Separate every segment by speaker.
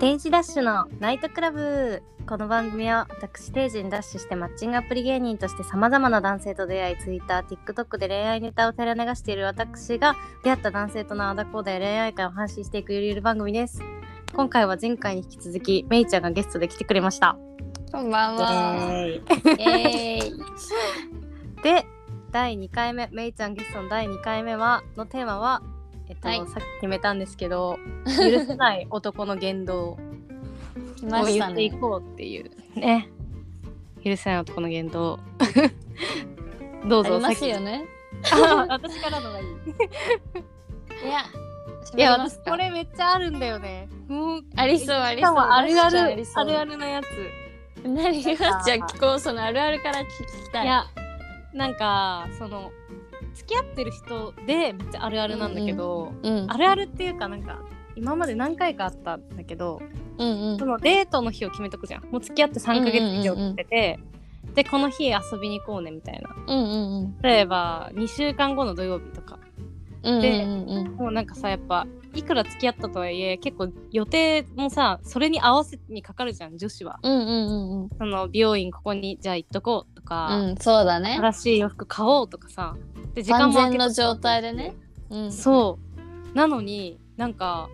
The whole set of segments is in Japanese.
Speaker 1: 定時ダッシュのナイトクラブこの番組は私定時にダッシュしてマッチングアプリ芸人としてさまざまな男性と出会い TwitterTikTok で恋愛ネタを垂れ流している私が出会った男性とのあだこうだや恋愛会を発信していくゆるゆる番組です今回は前回に引き続きめいちゃんがゲストで来てくれました
Speaker 2: こんばんは。
Speaker 1: イエーイ
Speaker 2: えー、
Speaker 1: で第2回目めいちゃんゲストの第2回目はのテーマは、えっと
Speaker 2: はい
Speaker 1: さっき決めたんですけ ど許せない男の言動を
Speaker 2: 来まし
Speaker 1: 言
Speaker 2: た
Speaker 1: ってい
Speaker 2: ね。
Speaker 1: こうっていうね許せない男の言動 ど
Speaker 2: あ
Speaker 1: うぞ
Speaker 2: ります
Speaker 1: 先
Speaker 2: よね。
Speaker 1: あ私からのがいい
Speaker 2: いや、
Speaker 1: いや
Speaker 2: 喋りま
Speaker 1: 私
Speaker 2: すか
Speaker 1: これめっちゃあるんだよねもう
Speaker 2: ありそうあり
Speaker 1: し
Speaker 2: そ
Speaker 1: か
Speaker 2: う。
Speaker 1: もあるある
Speaker 2: マッシュちゃん
Speaker 1: あ
Speaker 2: り
Speaker 1: る
Speaker 2: そう
Speaker 1: あるのやつ
Speaker 2: 何がじゃあ聞こうそのあるあるから聞きたい。
Speaker 1: いやなんかその付き合ってる人でめっちゃあるあるなんだけど、
Speaker 2: うん
Speaker 1: あるあるっていうかなんか今まで何回かあったんだけど
Speaker 2: うんうん
Speaker 1: そのデートの日を決めとくじゃんもう付き合って3ヶ月以上経ってて、でこの日遊びに行こうねみたいな
Speaker 2: うんうんうん
Speaker 1: 例えば2週間後の土曜日とか
Speaker 2: うん
Speaker 1: で
Speaker 2: うんうん
Speaker 1: もうなんかさやっぱいくら付き合ったとはいえ結構予定もさそれに合わせにかかるじゃん女子は
Speaker 2: うんうんうん
Speaker 1: その美容院ここにじゃあ行っとこうとか、
Speaker 2: うんそうだね。
Speaker 1: 新しい洋服買おうとかさで時間
Speaker 2: 完
Speaker 1: も空け
Speaker 2: 全の状態でね。うん
Speaker 1: そうなのになんか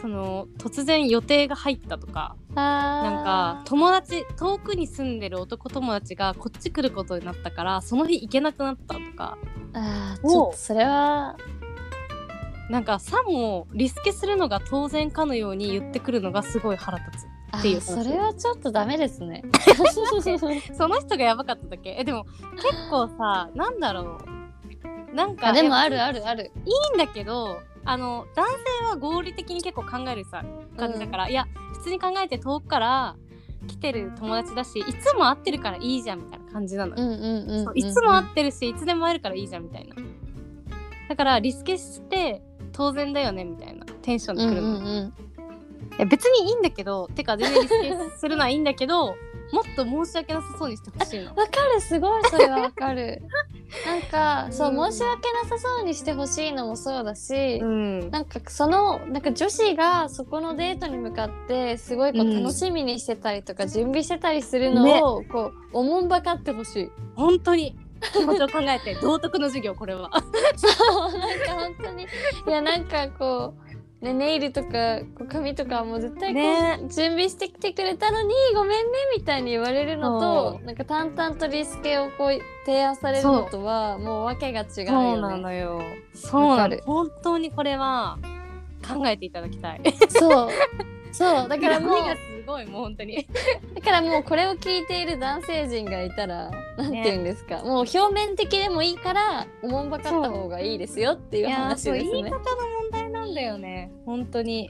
Speaker 1: その突然予定が入ったとかなんか
Speaker 2: あー
Speaker 1: 友達遠くに住んでる男友達がこっち来ることになったからその日行けなくなったとか
Speaker 2: あーちょっとそれは
Speaker 1: なんかさもリスケするのが当然かのように言ってくるのがすごい腹立
Speaker 2: あ
Speaker 1: っていう
Speaker 2: ーそれはちょっとダメです ね。
Speaker 1: つその人がやばかっただけえでも結構 さなんだろうなんか
Speaker 2: あでも
Speaker 1: いや
Speaker 2: あるあるある。
Speaker 1: いいんだけどあの男性は合理的に結構考えるさ感じだから、いや普通に考えて遠くから来てる友達だしいつも会ってるからいいじゃんみたいな感じなのよ
Speaker 2: うんうんうんうん。
Speaker 1: そううんいつも会ってるしいつでも会えるからいいじゃんみたいなだからリスケして当然だよねみたいなテンションで
Speaker 2: う
Speaker 1: 来
Speaker 2: ん
Speaker 1: る
Speaker 2: う
Speaker 1: の、
Speaker 2: ん
Speaker 1: い
Speaker 2: うん。
Speaker 1: や別にいいんだけどてか全然リスケするのはいいんだけどもっと申し訳なさそうにしてほしいの
Speaker 2: わかるすごいそれはわ かるなんかそう
Speaker 1: うん
Speaker 2: 申し訳なさそうにしてほしいのもそうだし、
Speaker 1: ん
Speaker 2: なんかそのなんか女子がそこのデートに向かってすごいこ
Speaker 1: うん
Speaker 2: う楽しみにしてたりとか準備してたりするのをこうおもんばかってほしい
Speaker 1: 本当に気持ちを考えて道徳の授業これは
Speaker 2: そうなんか本当にいやなんかこう、ね、ネイルとかこう髪とかはもう絶対こう、
Speaker 1: ね
Speaker 2: 準備してきてくれたのにごめんねみたいに言われるの
Speaker 1: そ
Speaker 2: となんか淡々とリスケをこう提案されるのとはもう訳が違うよね。
Speaker 1: そうなのよそうな
Speaker 2: わか
Speaker 1: の
Speaker 2: る
Speaker 1: 本当にこれは考えていただきたい
Speaker 2: そう。そう。だからもう
Speaker 1: 恨み、がすごいもう本当に
Speaker 2: だからもうこれを聞いている男性陣がいたら、なんて言うんですか。もう表面的でもいいから、おもんばかった方がいいですよっていう
Speaker 1: ー
Speaker 2: 話
Speaker 1: そう
Speaker 2: です
Speaker 1: 言い方
Speaker 2: ね
Speaker 1: の。問題なんだよね本当に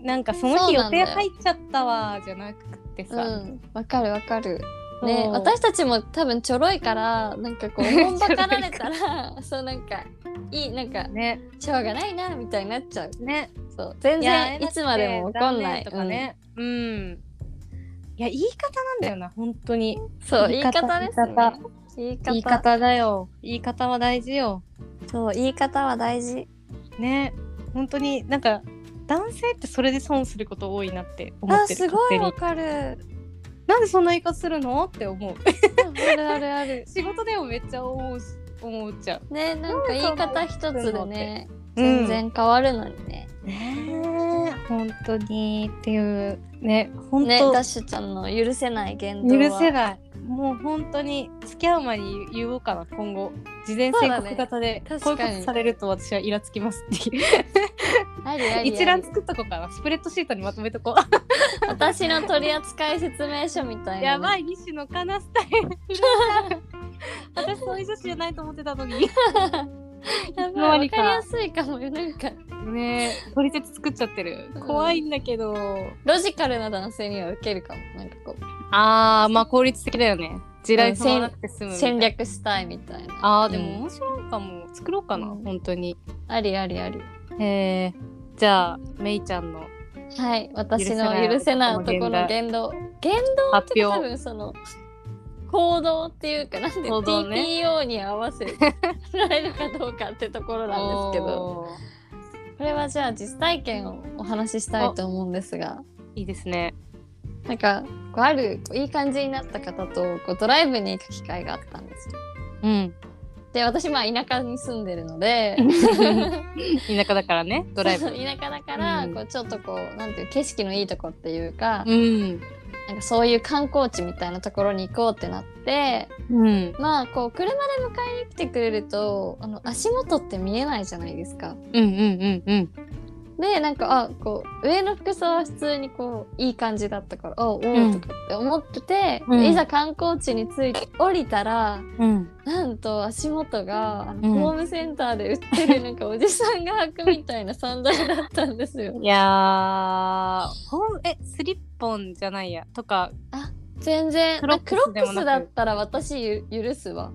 Speaker 1: なんかその日
Speaker 2: そう
Speaker 1: 予
Speaker 2: なんだ
Speaker 1: 定
Speaker 2: よ
Speaker 1: 入っちゃったわじゃなくて
Speaker 2: う
Speaker 1: さ、
Speaker 2: ん。わかるわかる。
Speaker 1: そう
Speaker 2: ね、私たちも多分ちょろいから、なんかこ う、おもんばかられたら、そうなんか、いい、なんか、
Speaker 1: ね
Speaker 2: しょうがないな、みたいになっちゃう。
Speaker 1: ね
Speaker 2: そう。全
Speaker 1: いや
Speaker 2: 然、いつまでもわかんない。
Speaker 1: だって残念とかねうん、いや言い方なんだよな本当に
Speaker 2: うんそう、言い方
Speaker 1: 言い
Speaker 2: です
Speaker 1: 方
Speaker 2: ね。言い方。
Speaker 1: 言い方だよ言い方は大事よ
Speaker 2: そう、言い方は大事。
Speaker 1: ね本当になんか男性ってそれで損すること多いなって思
Speaker 2: あ、
Speaker 1: ってる
Speaker 2: すごいわ
Speaker 1: 勝手に
Speaker 2: かる。
Speaker 1: なんでそんな言い方するのって思う
Speaker 2: あるあるある。
Speaker 1: 仕事でもめっちゃ思うし思っちゃう
Speaker 2: ね、なんか言い方一つでね、全然変わるのにね。
Speaker 1: ねえ本当にっていうね本
Speaker 2: ね、
Speaker 1: 当、
Speaker 2: ダッシュちゃんの許せない言動は。
Speaker 1: 許せないもう本当に付き合う前に言おうかな今後事前宣告型で、
Speaker 2: そ
Speaker 1: こうい
Speaker 2: うだね
Speaker 1: う
Speaker 2: 確
Speaker 1: こ
Speaker 2: かに
Speaker 1: とされると私はイラつきますっていう
Speaker 2: ありありあり
Speaker 1: 一覧作っとこうかなスプレッドシートにまとめとこう
Speaker 2: 私の取扱説明書みたいな。
Speaker 1: やば
Speaker 2: い。
Speaker 1: い西野かなスタイル私そういう女子じゃないと思ってたのに
Speaker 2: や
Speaker 1: いつの間
Speaker 2: ばい。わ
Speaker 1: にか
Speaker 2: かりやすいかもよ。なんか、
Speaker 1: ねえ取説作っちゃってる
Speaker 2: うん
Speaker 1: 怖いんだけど、
Speaker 2: ロジカルな男性には受けるかも。なんかこう、
Speaker 1: あーまあ効率的だよね地雷踏まなくて済むみたい
Speaker 2: 戦
Speaker 1: な
Speaker 2: 略したいみたいな。
Speaker 1: あーでも
Speaker 2: うん
Speaker 1: 面白いかも、作ろうかな、
Speaker 2: うん
Speaker 1: 本当に
Speaker 2: ありありあり。
Speaker 1: えー、じゃあめいちゃんの
Speaker 2: はい、私の許せない男の言動。言動っ
Speaker 1: 発
Speaker 2: て多
Speaker 1: 表
Speaker 2: 分その行動っていうかなんで
Speaker 1: 行動ね
Speaker 2: TPO に合わ せられるかどうかってところなんですけど、
Speaker 1: お
Speaker 2: これはじゃあ実体験をお話ししたいと思うんですが、
Speaker 1: ーいいですね。
Speaker 2: なんかこうあるこういい感じになった方とこうドライブに行く機会があったんですよ。
Speaker 1: うん。
Speaker 2: で私まあ田舎に住んでるので
Speaker 1: 田舎だからね、 ドライ
Speaker 2: そう
Speaker 1: ブ。
Speaker 2: 田舎だから
Speaker 1: うん
Speaker 2: こうちょっとこうなんていう景色のいいとこっていうか,、
Speaker 1: うん。
Speaker 2: なんかそういう観光地みたいなところに行こうってなって
Speaker 1: うん。
Speaker 2: まあこう車で迎えに来てくれるとあの足元って見えないじゃないですか。
Speaker 1: うんうんうんうん。
Speaker 2: でなんかあこう上の服装は普通にこういい感じだったからあおお
Speaker 1: うん
Speaker 2: とかって思ってて、
Speaker 1: うん
Speaker 2: いざ観光地に着いて降りたら
Speaker 1: うん。
Speaker 2: なんと足元があの、
Speaker 1: うん
Speaker 2: ホームセンターで売って るなんかおじさんが履くみたいなサンダルだったんですよ。
Speaker 1: いやー、ほん、え、スリッポンじゃないや、とか、
Speaker 2: 全然
Speaker 1: ク
Speaker 2: ク
Speaker 1: ロ
Speaker 2: ロ
Speaker 1: ックス
Speaker 2: ッ
Speaker 1: で
Speaker 2: ク
Speaker 1: もなく
Speaker 2: スだったら私ゆ許すわ。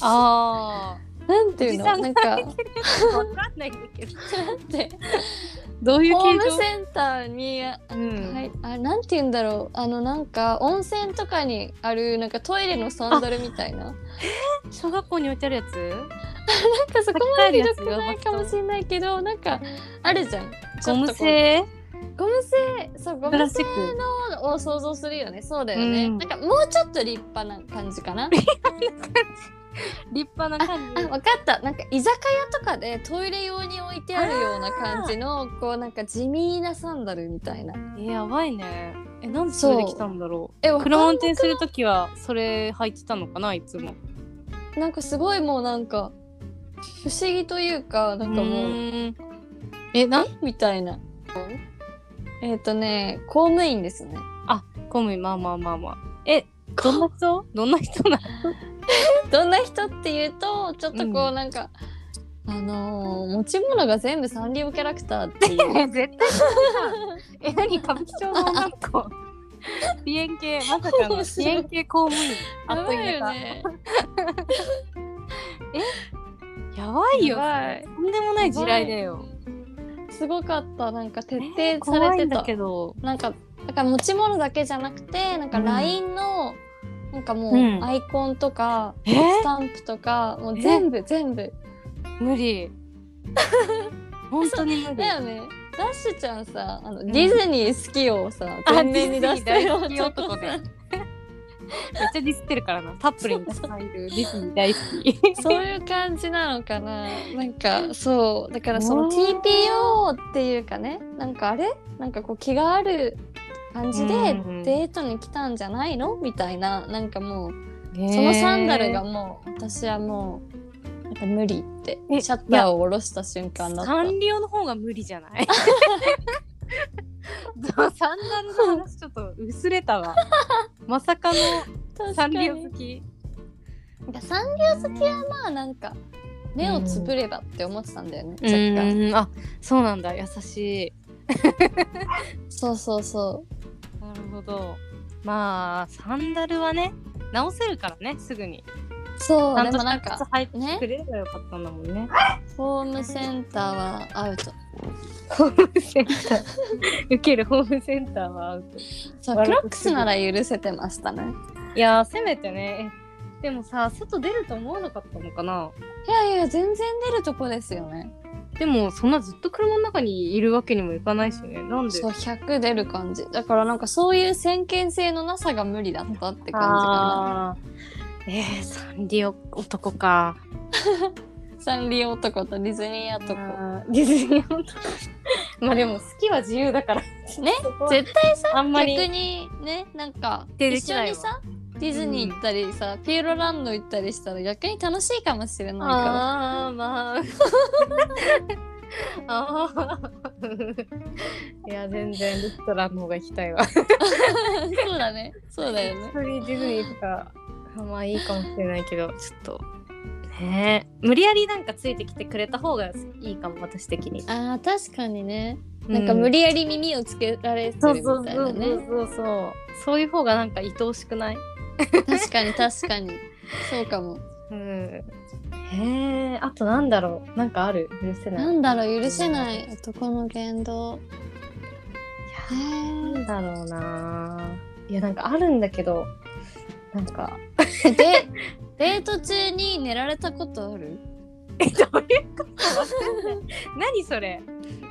Speaker 1: あ
Speaker 2: なんて
Speaker 1: ー、お
Speaker 2: い
Speaker 1: じ
Speaker 2: うの
Speaker 1: さん
Speaker 2: なんか
Speaker 1: が履いてるやつわかんないんだけど。
Speaker 2: だって
Speaker 1: どういう
Speaker 2: ホーム
Speaker 1: 形状
Speaker 2: センターにあ
Speaker 1: うん
Speaker 2: はい、あなんて言うんだろうあのなんか温泉とかにあるなんかトイレのサンダルみたいな。
Speaker 1: 小学校に置いてあるやつ
Speaker 2: なんかそこまでひどくないかもしれないけどなんかあるじゃん
Speaker 1: ゴム
Speaker 2: ちょっと
Speaker 1: 製
Speaker 2: こうゴム製そうゴ
Speaker 1: プラ
Speaker 2: ム
Speaker 1: スチ
Speaker 2: 製
Speaker 1: ック
Speaker 2: のを想像するよねそうだよね、
Speaker 1: うん
Speaker 2: なんかもうちょっと立派な感じ かな
Speaker 1: 立派な感
Speaker 2: あ
Speaker 1: じ
Speaker 2: 分。かったなんか居酒屋とかでトイレ用に置いてあるような感じのこうなんか地味なサンダルみたいな
Speaker 1: えやばいねえなんでそれで来たんだろ
Speaker 2: え
Speaker 1: う
Speaker 2: わかん
Speaker 1: 車運転するときはそれ履いてたのかないつも
Speaker 2: なんかすごいもうなんか不思議というかなんかもう
Speaker 1: ーんえなん
Speaker 2: みたいなえっ、とね公務員ですね
Speaker 1: コムまあまあまあまあえどんな人 どんな人な
Speaker 2: どんな人っていうとちょっとこ
Speaker 1: う
Speaker 2: うなんか、あのー持ち物が全部サンリオキャラクターって いう
Speaker 1: の絶対え何歌舞伎町の女の子 支援系まさかの
Speaker 2: 面白い
Speaker 1: 支援系公務員あ
Speaker 2: や
Speaker 1: っ
Speaker 2: ば
Speaker 1: と
Speaker 2: い
Speaker 1: いう
Speaker 2: よ
Speaker 1: 間
Speaker 2: ね
Speaker 1: やばいよ
Speaker 2: やばい
Speaker 1: とんでもない地雷だよ
Speaker 2: すごかったなんか徹
Speaker 1: え
Speaker 2: 底さ
Speaker 1: 怖い
Speaker 2: れて
Speaker 1: んだ
Speaker 2: た、
Speaker 1: けど
Speaker 2: なんかだから持ち物だけじゃなくてなんか
Speaker 1: うん
Speaker 2: LINE の、なんかも
Speaker 1: うん
Speaker 2: うアイコンとか、
Speaker 1: え
Speaker 2: スタンプとかもう全部全部
Speaker 1: 無 理本当に無理
Speaker 2: だよねダッシュちゃんさあの、ディズニー好きをさ全面に出してる
Speaker 1: あディズニー大好き男ねめっちゃディスってるからな。タップルにたくさんいる。ディズニー大好き。
Speaker 2: そういう感じなのか な。なんかそうだからそうの
Speaker 1: ん
Speaker 2: TPO っていうかねなんかあれなんかこう気がある感じで
Speaker 1: うんうん
Speaker 2: デートに来たんじゃないのみたいななんかもう そのサンダルがもう私はもうなんか無理って
Speaker 1: え
Speaker 2: シャッターを下ろした瞬間だった。
Speaker 1: サンリオの方が無理じゃないそうサンダルの話ちょっと薄れたわ。まさかの
Speaker 2: 確
Speaker 1: サ
Speaker 2: か
Speaker 1: ン
Speaker 2: に
Speaker 1: リオ好き。
Speaker 2: なんかサンリオ好きはまあなんか目をつぶればって思ってたんだよね、若干。
Speaker 1: うんあそうなんだ優しい。
Speaker 2: そうそうそ
Speaker 1: なるほど。まあサンダルはね直せるからねすぐに。
Speaker 2: うそう
Speaker 1: ちゃ
Speaker 2: で
Speaker 1: んと
Speaker 2: もな
Speaker 1: し
Speaker 2: ん
Speaker 1: た靴
Speaker 2: か
Speaker 1: 履いて
Speaker 2: ね
Speaker 1: くれればよかったんだもんね。
Speaker 2: ホームセンターはアウト。
Speaker 1: ホームセンター 受けるホームセンターはアウト。
Speaker 2: そう
Speaker 1: 悪
Speaker 2: ク
Speaker 1: 口
Speaker 2: ロックスなら許せてましたね。
Speaker 1: いやーせめてねえでもさ外出ると思わなかったのかない
Speaker 2: やいや全然出るとこですよね。
Speaker 1: でもそんなずっと車の中にいるわけにもいかないしねなんで
Speaker 2: そう100出る感じ。だからなんかそういう先見性のなさが無理だったって感じか
Speaker 1: あーえー、サンリオ男か
Speaker 2: な。サンリオ男とディズニー男。
Speaker 1: あーディズニー男まあでも好きは自由だから
Speaker 2: ね
Speaker 1: そこは
Speaker 2: 絶対さ
Speaker 1: あんまり
Speaker 2: 逆にねなんか
Speaker 1: 定
Speaker 2: 一
Speaker 1: でき
Speaker 2: 緒
Speaker 1: ないわ
Speaker 2: にさディズニー行ったりさ、ピエロランド行ったりしたら逆に楽しいかもしれないから。
Speaker 1: ああまああ あ いや全然レストランの方が行きた いわ
Speaker 2: そうだね。そうだよね。
Speaker 1: 普通にディズニーとかまあいいかもしれないけどちょっとねえ無理やりなんかついてきてくれた方がいいかも私的に
Speaker 2: あー確かにね。なんか無理やり耳をつけられて
Speaker 1: そ
Speaker 2: る
Speaker 1: う
Speaker 2: み
Speaker 1: そう
Speaker 2: たい
Speaker 1: そう
Speaker 2: なね。
Speaker 1: そうそうそういう方がなんか愛おしくない
Speaker 2: 確かに確かに そうかも
Speaker 1: うんへえあとなんだろうなんかある許せないな
Speaker 2: な
Speaker 1: ん
Speaker 2: だろう許せない男の言動
Speaker 1: んだろうないやなんかあるんだけどなんか
Speaker 2: えーで デート中に寝られたことある
Speaker 1: えどういうこと 何それ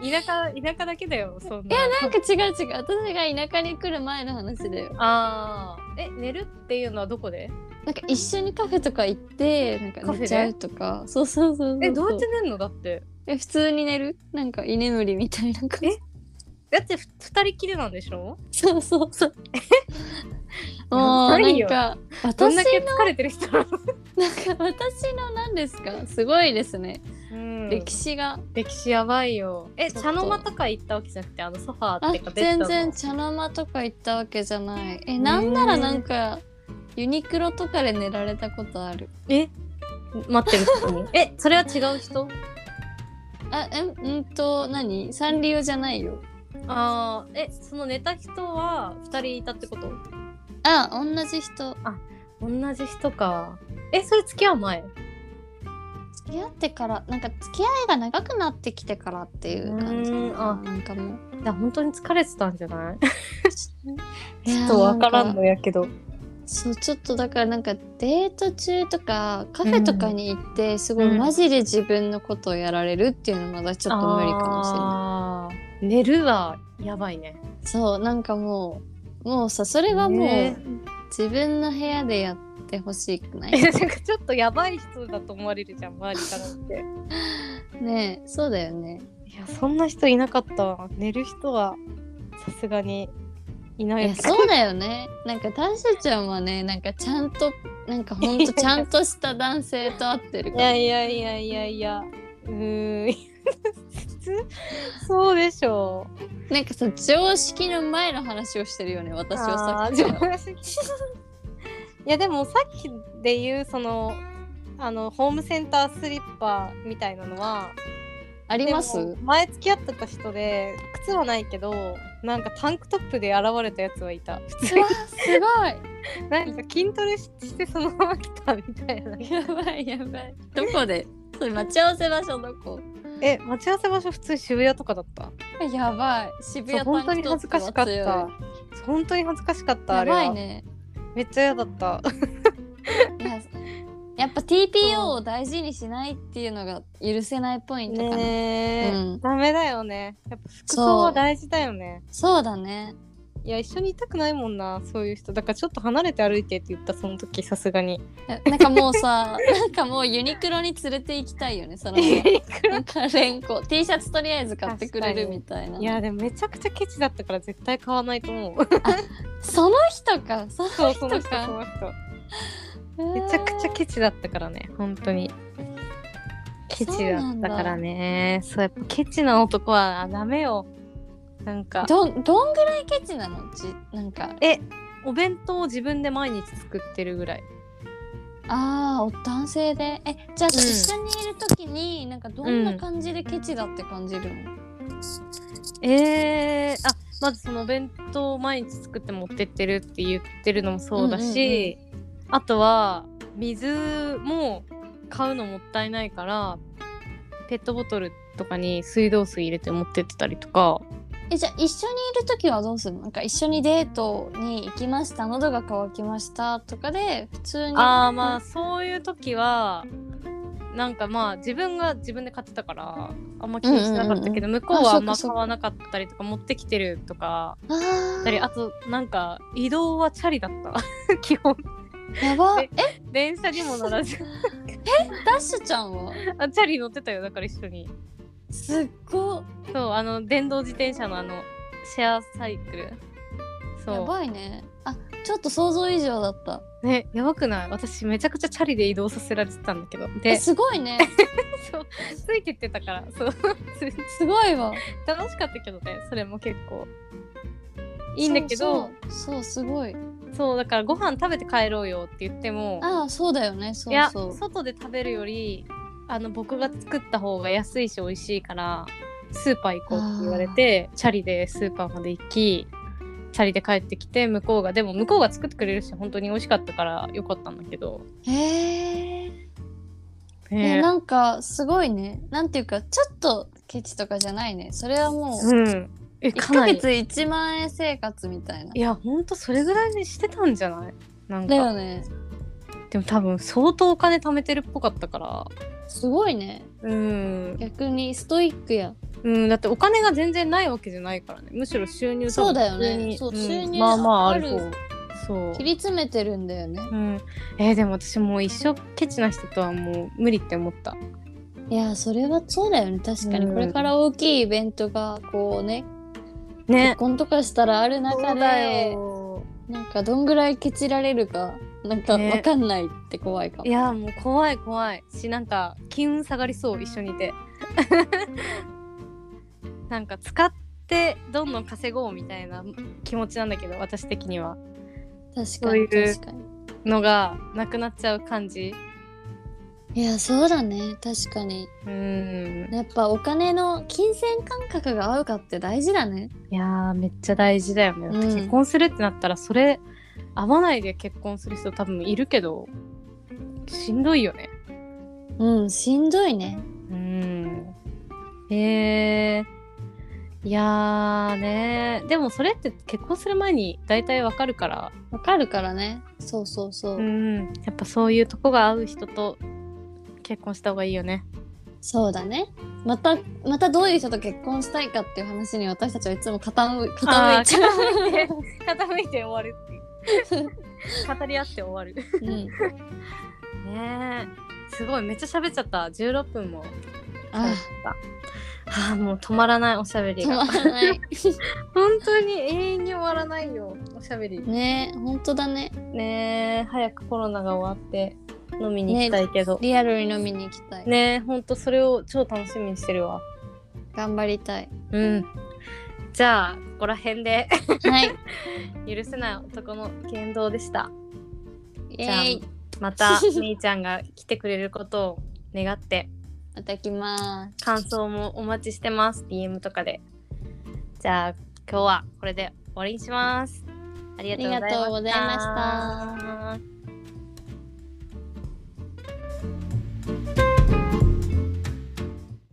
Speaker 1: 田舎田舎だけだよそんない
Speaker 2: やなんか違う違う私が田舎に来る前の話だよ
Speaker 1: あーえ寝るっていうのはどこで
Speaker 2: なんか一緒にカフェとか行ってなんか
Speaker 1: カフェで
Speaker 2: 寝ちゃうとかそうそうそうそう
Speaker 1: えどうやって寝るのだって
Speaker 2: え普通に寝るなんか居眠りみたいな感じ
Speaker 1: えだってふ二人きりなんでしょ
Speaker 2: そうそうそうもう
Speaker 1: やば
Speaker 2: ないん
Speaker 1: よ
Speaker 2: か
Speaker 1: どん
Speaker 2: 私
Speaker 1: だけ疲れてる人なの、
Speaker 2: なんか私の何ですかすごいですね、
Speaker 1: うん
Speaker 2: 歴史が
Speaker 1: 歴史やばいよえ
Speaker 2: ちょっと
Speaker 1: 茶の間とか行ったわけじゃなくてあのソファー
Speaker 2: あ
Speaker 1: ってかベッ
Speaker 2: 全
Speaker 1: ドの
Speaker 2: 然茶の間とか行ったわけじゃないえなんならなんかユニクロとかで寝られたことある
Speaker 1: え待ってる人に えそれは違う人
Speaker 2: あえうんと何サンリオじゃないよ
Speaker 1: あーえその寝た人は二人いたってこと
Speaker 2: あ同じ人
Speaker 1: 同じ人かえそれ付き合う前
Speaker 2: 付き合ってからなんか付き合いが長くなってきてからっていう感じ
Speaker 1: うーんあ
Speaker 2: なん かもう
Speaker 1: いや本当に疲れてたんじゃない
Speaker 2: いやーなん
Speaker 1: やけど
Speaker 2: そうちょっとだからなんかデート中とかカフェとかに行ってすごいマジで自分のことをやられるっていうのまだちょっと無理かもしれない。
Speaker 1: い寝るはやばいね
Speaker 2: そうなんかもうもうさそれはもう、
Speaker 1: ね
Speaker 2: 自分の部屋でやってほしくな
Speaker 1: え
Speaker 2: い
Speaker 1: なんかちょっとやばい人だと思われるじゃん周りからって
Speaker 2: ねえそうだよね。
Speaker 1: いやそんな人いなかったわ寝る人はさすがにいないい
Speaker 2: やそうだよね。なんか私たちはもうねなんかちゃんとなんかほんとちゃんとした男性と会ってる
Speaker 1: い
Speaker 2: か
Speaker 1: や
Speaker 2: ら。
Speaker 1: いやいやいやいやうーん普通そうでしょう
Speaker 2: なんかさ常識の前の話をしてるよね私はさ
Speaker 1: あー
Speaker 2: っき
Speaker 1: じ
Speaker 2: か
Speaker 1: ゃ
Speaker 2: ら。
Speaker 1: あ いやでもさっきで言うそのあのホームセンタースリッパみたいなのは
Speaker 2: あります
Speaker 1: でも前付き合ってた人で靴はないけどなんかタンクトップで現れたやつはいた普通
Speaker 2: うわすごい
Speaker 1: になんか筋トレしてそのまま来たみたいな
Speaker 2: やばいやばい。どこで？それ待ち合わせ場所どこ？
Speaker 1: え待ち合わせ場所普通に渋谷とかだった
Speaker 2: やばい。渋
Speaker 1: そう
Speaker 2: 谷
Speaker 1: 本当に
Speaker 2: タン
Speaker 1: 恥
Speaker 2: ク
Speaker 1: ず
Speaker 2: ト
Speaker 1: か
Speaker 2: ッ
Speaker 1: し
Speaker 2: プ
Speaker 1: か
Speaker 2: は
Speaker 1: っ
Speaker 2: 強い
Speaker 1: た本当に恥ずかしかったあ
Speaker 2: や
Speaker 1: れは
Speaker 2: ばいね。
Speaker 1: めっちゃ嫌だった
Speaker 2: いややっぱ TPO を大事にしないっていうのが許せないポイントかな。
Speaker 1: ねえ、
Speaker 2: うん
Speaker 1: ダメだよねやっぱ服装は大事だよね
Speaker 2: そうだね。
Speaker 1: いや一緒にいたくないもんなそういう人だからちょっと離れて歩いてって言ったその時さすがに
Speaker 2: なんかも うさ、なんかもうユニクロに連れて行きたいよね。そのままなんかレ ンコ T シャツとりあえず買ってくれるみたいな。
Speaker 1: いやでもめちゃくちゃケチだったから絶対買わないと思 う
Speaker 2: その人か。そ
Speaker 1: そうその人
Speaker 2: 人か
Speaker 1: その人めちゃくちゃケチだったからね本当にケチだったからねそうやっぱケチな男はあダメよなんか
Speaker 2: どんどんぐらいケチなの？じなんか
Speaker 1: えお弁当を自分で毎日作ってるぐらい
Speaker 2: ああお男性でえじゃあ、
Speaker 1: うん
Speaker 2: 一緒にいる時になんかどんな感じでケチだって感じるの、
Speaker 1: えー、あまずそのお弁当を毎日作って持ってってるって言ってるのもそうだし、あとは水も買うのもったいないからペットボトルとかに水道水入れて持ってってたりとか
Speaker 2: えじゃあ一緒にいる時はどうするのなんか一緒にデートに行きました喉が渇きましたとかで普通に
Speaker 1: ああまあそういう時はなんかまあ自分が自分で買ってたからあんま気にしなかったけど、向こうはあんま
Speaker 2: あそ
Speaker 1: 買
Speaker 2: っかそっか
Speaker 1: わなかったりとか持ってきてるとか
Speaker 2: あー
Speaker 1: たりあとなんか移動はチャリだった 基本
Speaker 2: やばえ
Speaker 1: え電車にも乗らず
Speaker 2: ダッシュちゃんは
Speaker 1: あチャリ乗ってたよだから一緒に
Speaker 2: すっご
Speaker 1: そうあの電動自転車のあのシェアサイクル
Speaker 2: いや
Speaker 1: そ
Speaker 2: ばいねあちょっと想像以上だった
Speaker 1: うねやばくない私めちゃくちゃチャリで移動させられてたんだけど
Speaker 2: え
Speaker 1: で
Speaker 2: すごいね
Speaker 1: そうついてってたからそう
Speaker 2: すごいわ
Speaker 1: 楽しかったけどねそれも結構 いいんだけどそう
Speaker 2: そうそうそうすごい
Speaker 1: だからご飯食べて帰ろうよって言っても
Speaker 2: ああそうだよねそ
Speaker 1: いや
Speaker 2: うそう
Speaker 1: 外で食べるよりあの僕が作った方が安いし美味しいからスーパー行こうって言われてチャリでスーパーまで行きチャリで帰ってきて向こうがでも向こうが作ってくれるし本当に美味しかったから良かったんだけど、
Speaker 2: へえ
Speaker 1: ね
Speaker 2: えなんかすごいねなんていうかちょっとケチとかじゃないねそれはもう
Speaker 1: うんえ
Speaker 2: 1
Speaker 1: か
Speaker 2: ヶ
Speaker 1: なり
Speaker 2: 月1万円生活みたいない
Speaker 1: やほんとそれぐらいにしてたんじゃないなん
Speaker 2: だ
Speaker 1: か
Speaker 2: よね
Speaker 1: でも多分相当お金貯めてるっぽかったから
Speaker 2: すごいね
Speaker 1: うん
Speaker 2: 逆にストイックや
Speaker 1: うん、だってお金が全然ないわけじゃないからねむしろ収入多分
Speaker 2: そうだよね
Speaker 1: 普通に
Speaker 2: そうん収入
Speaker 1: まあまああ
Speaker 2: あ
Speaker 1: る
Speaker 2: る
Speaker 1: 方そう
Speaker 2: 切り詰めてるんだよね
Speaker 1: うん、えーでも私もう一生ケチな人とはもう無理って思った
Speaker 2: いやそれはそうだよね確かに、
Speaker 1: うん
Speaker 2: これから大きいイベントがこうね
Speaker 1: ね
Speaker 2: 結婚とかしたらある
Speaker 1: そ
Speaker 2: 中
Speaker 1: う
Speaker 2: で
Speaker 1: よ
Speaker 2: なんかどんぐらいケチられるかなんか
Speaker 1: ね
Speaker 2: わかんないって怖いかも、
Speaker 1: いやもう怖い怖いしなんか金運下がりそう一緒にいて なんか使ってどんどん稼ごうみたいな気持ちなんだけど私的には
Speaker 2: 確
Speaker 1: そ
Speaker 2: か
Speaker 1: うい
Speaker 2: に
Speaker 1: う
Speaker 2: 確かに
Speaker 1: のがなくなっちゃう感じ
Speaker 2: いやそうだね確かに
Speaker 1: うん
Speaker 2: やっぱお金の金銭感覚が合うかって大事だね
Speaker 1: いやーめっちゃ大事だよね、だって
Speaker 2: うん
Speaker 1: 結婚するってなったらそれ合わないで結婚する人多分いるけどしんどいよね
Speaker 2: うんしんどいね
Speaker 1: うんえー、いやーねでもそれって結婚する前に大体わかるから、
Speaker 2: わかるからねそうそうそう、
Speaker 1: うん、やっぱそういうとこが合う人と結婚した方がいいよね。
Speaker 2: そうだねまたまたどういう人と結婚したいかっていう話に私たちはいつも傾い傾いちゃう、
Speaker 1: 傾いて傾いて終わるっていう 語り合って終わる。
Speaker 2: うん、
Speaker 1: ねえすごいめっちゃ喋っちゃった16分も
Speaker 2: あ
Speaker 1: はあもう止まらないおしゃべ り
Speaker 2: 止
Speaker 1: が
Speaker 2: まらない
Speaker 1: 本当に永遠に終わらないよおしゃべり
Speaker 2: ね本当だね
Speaker 1: ねえ早くコロナが終わって飲みに行きたいけどね
Speaker 2: リアルに飲みに行きたい、
Speaker 1: えほんとそれを超楽しみにしてるわ
Speaker 2: 頑張りたい
Speaker 1: うんじゃあここら辺で
Speaker 2: はい
Speaker 1: 許せない男の言動でした
Speaker 2: イエーイ
Speaker 1: ま たみーちゃんが来てくれることを願って
Speaker 2: また来ます
Speaker 1: 感想もお待ちしてます DM とかでじゃあ今日はこれで終わりにしますありがとうございました
Speaker 2: ありがとうございま
Speaker 1: した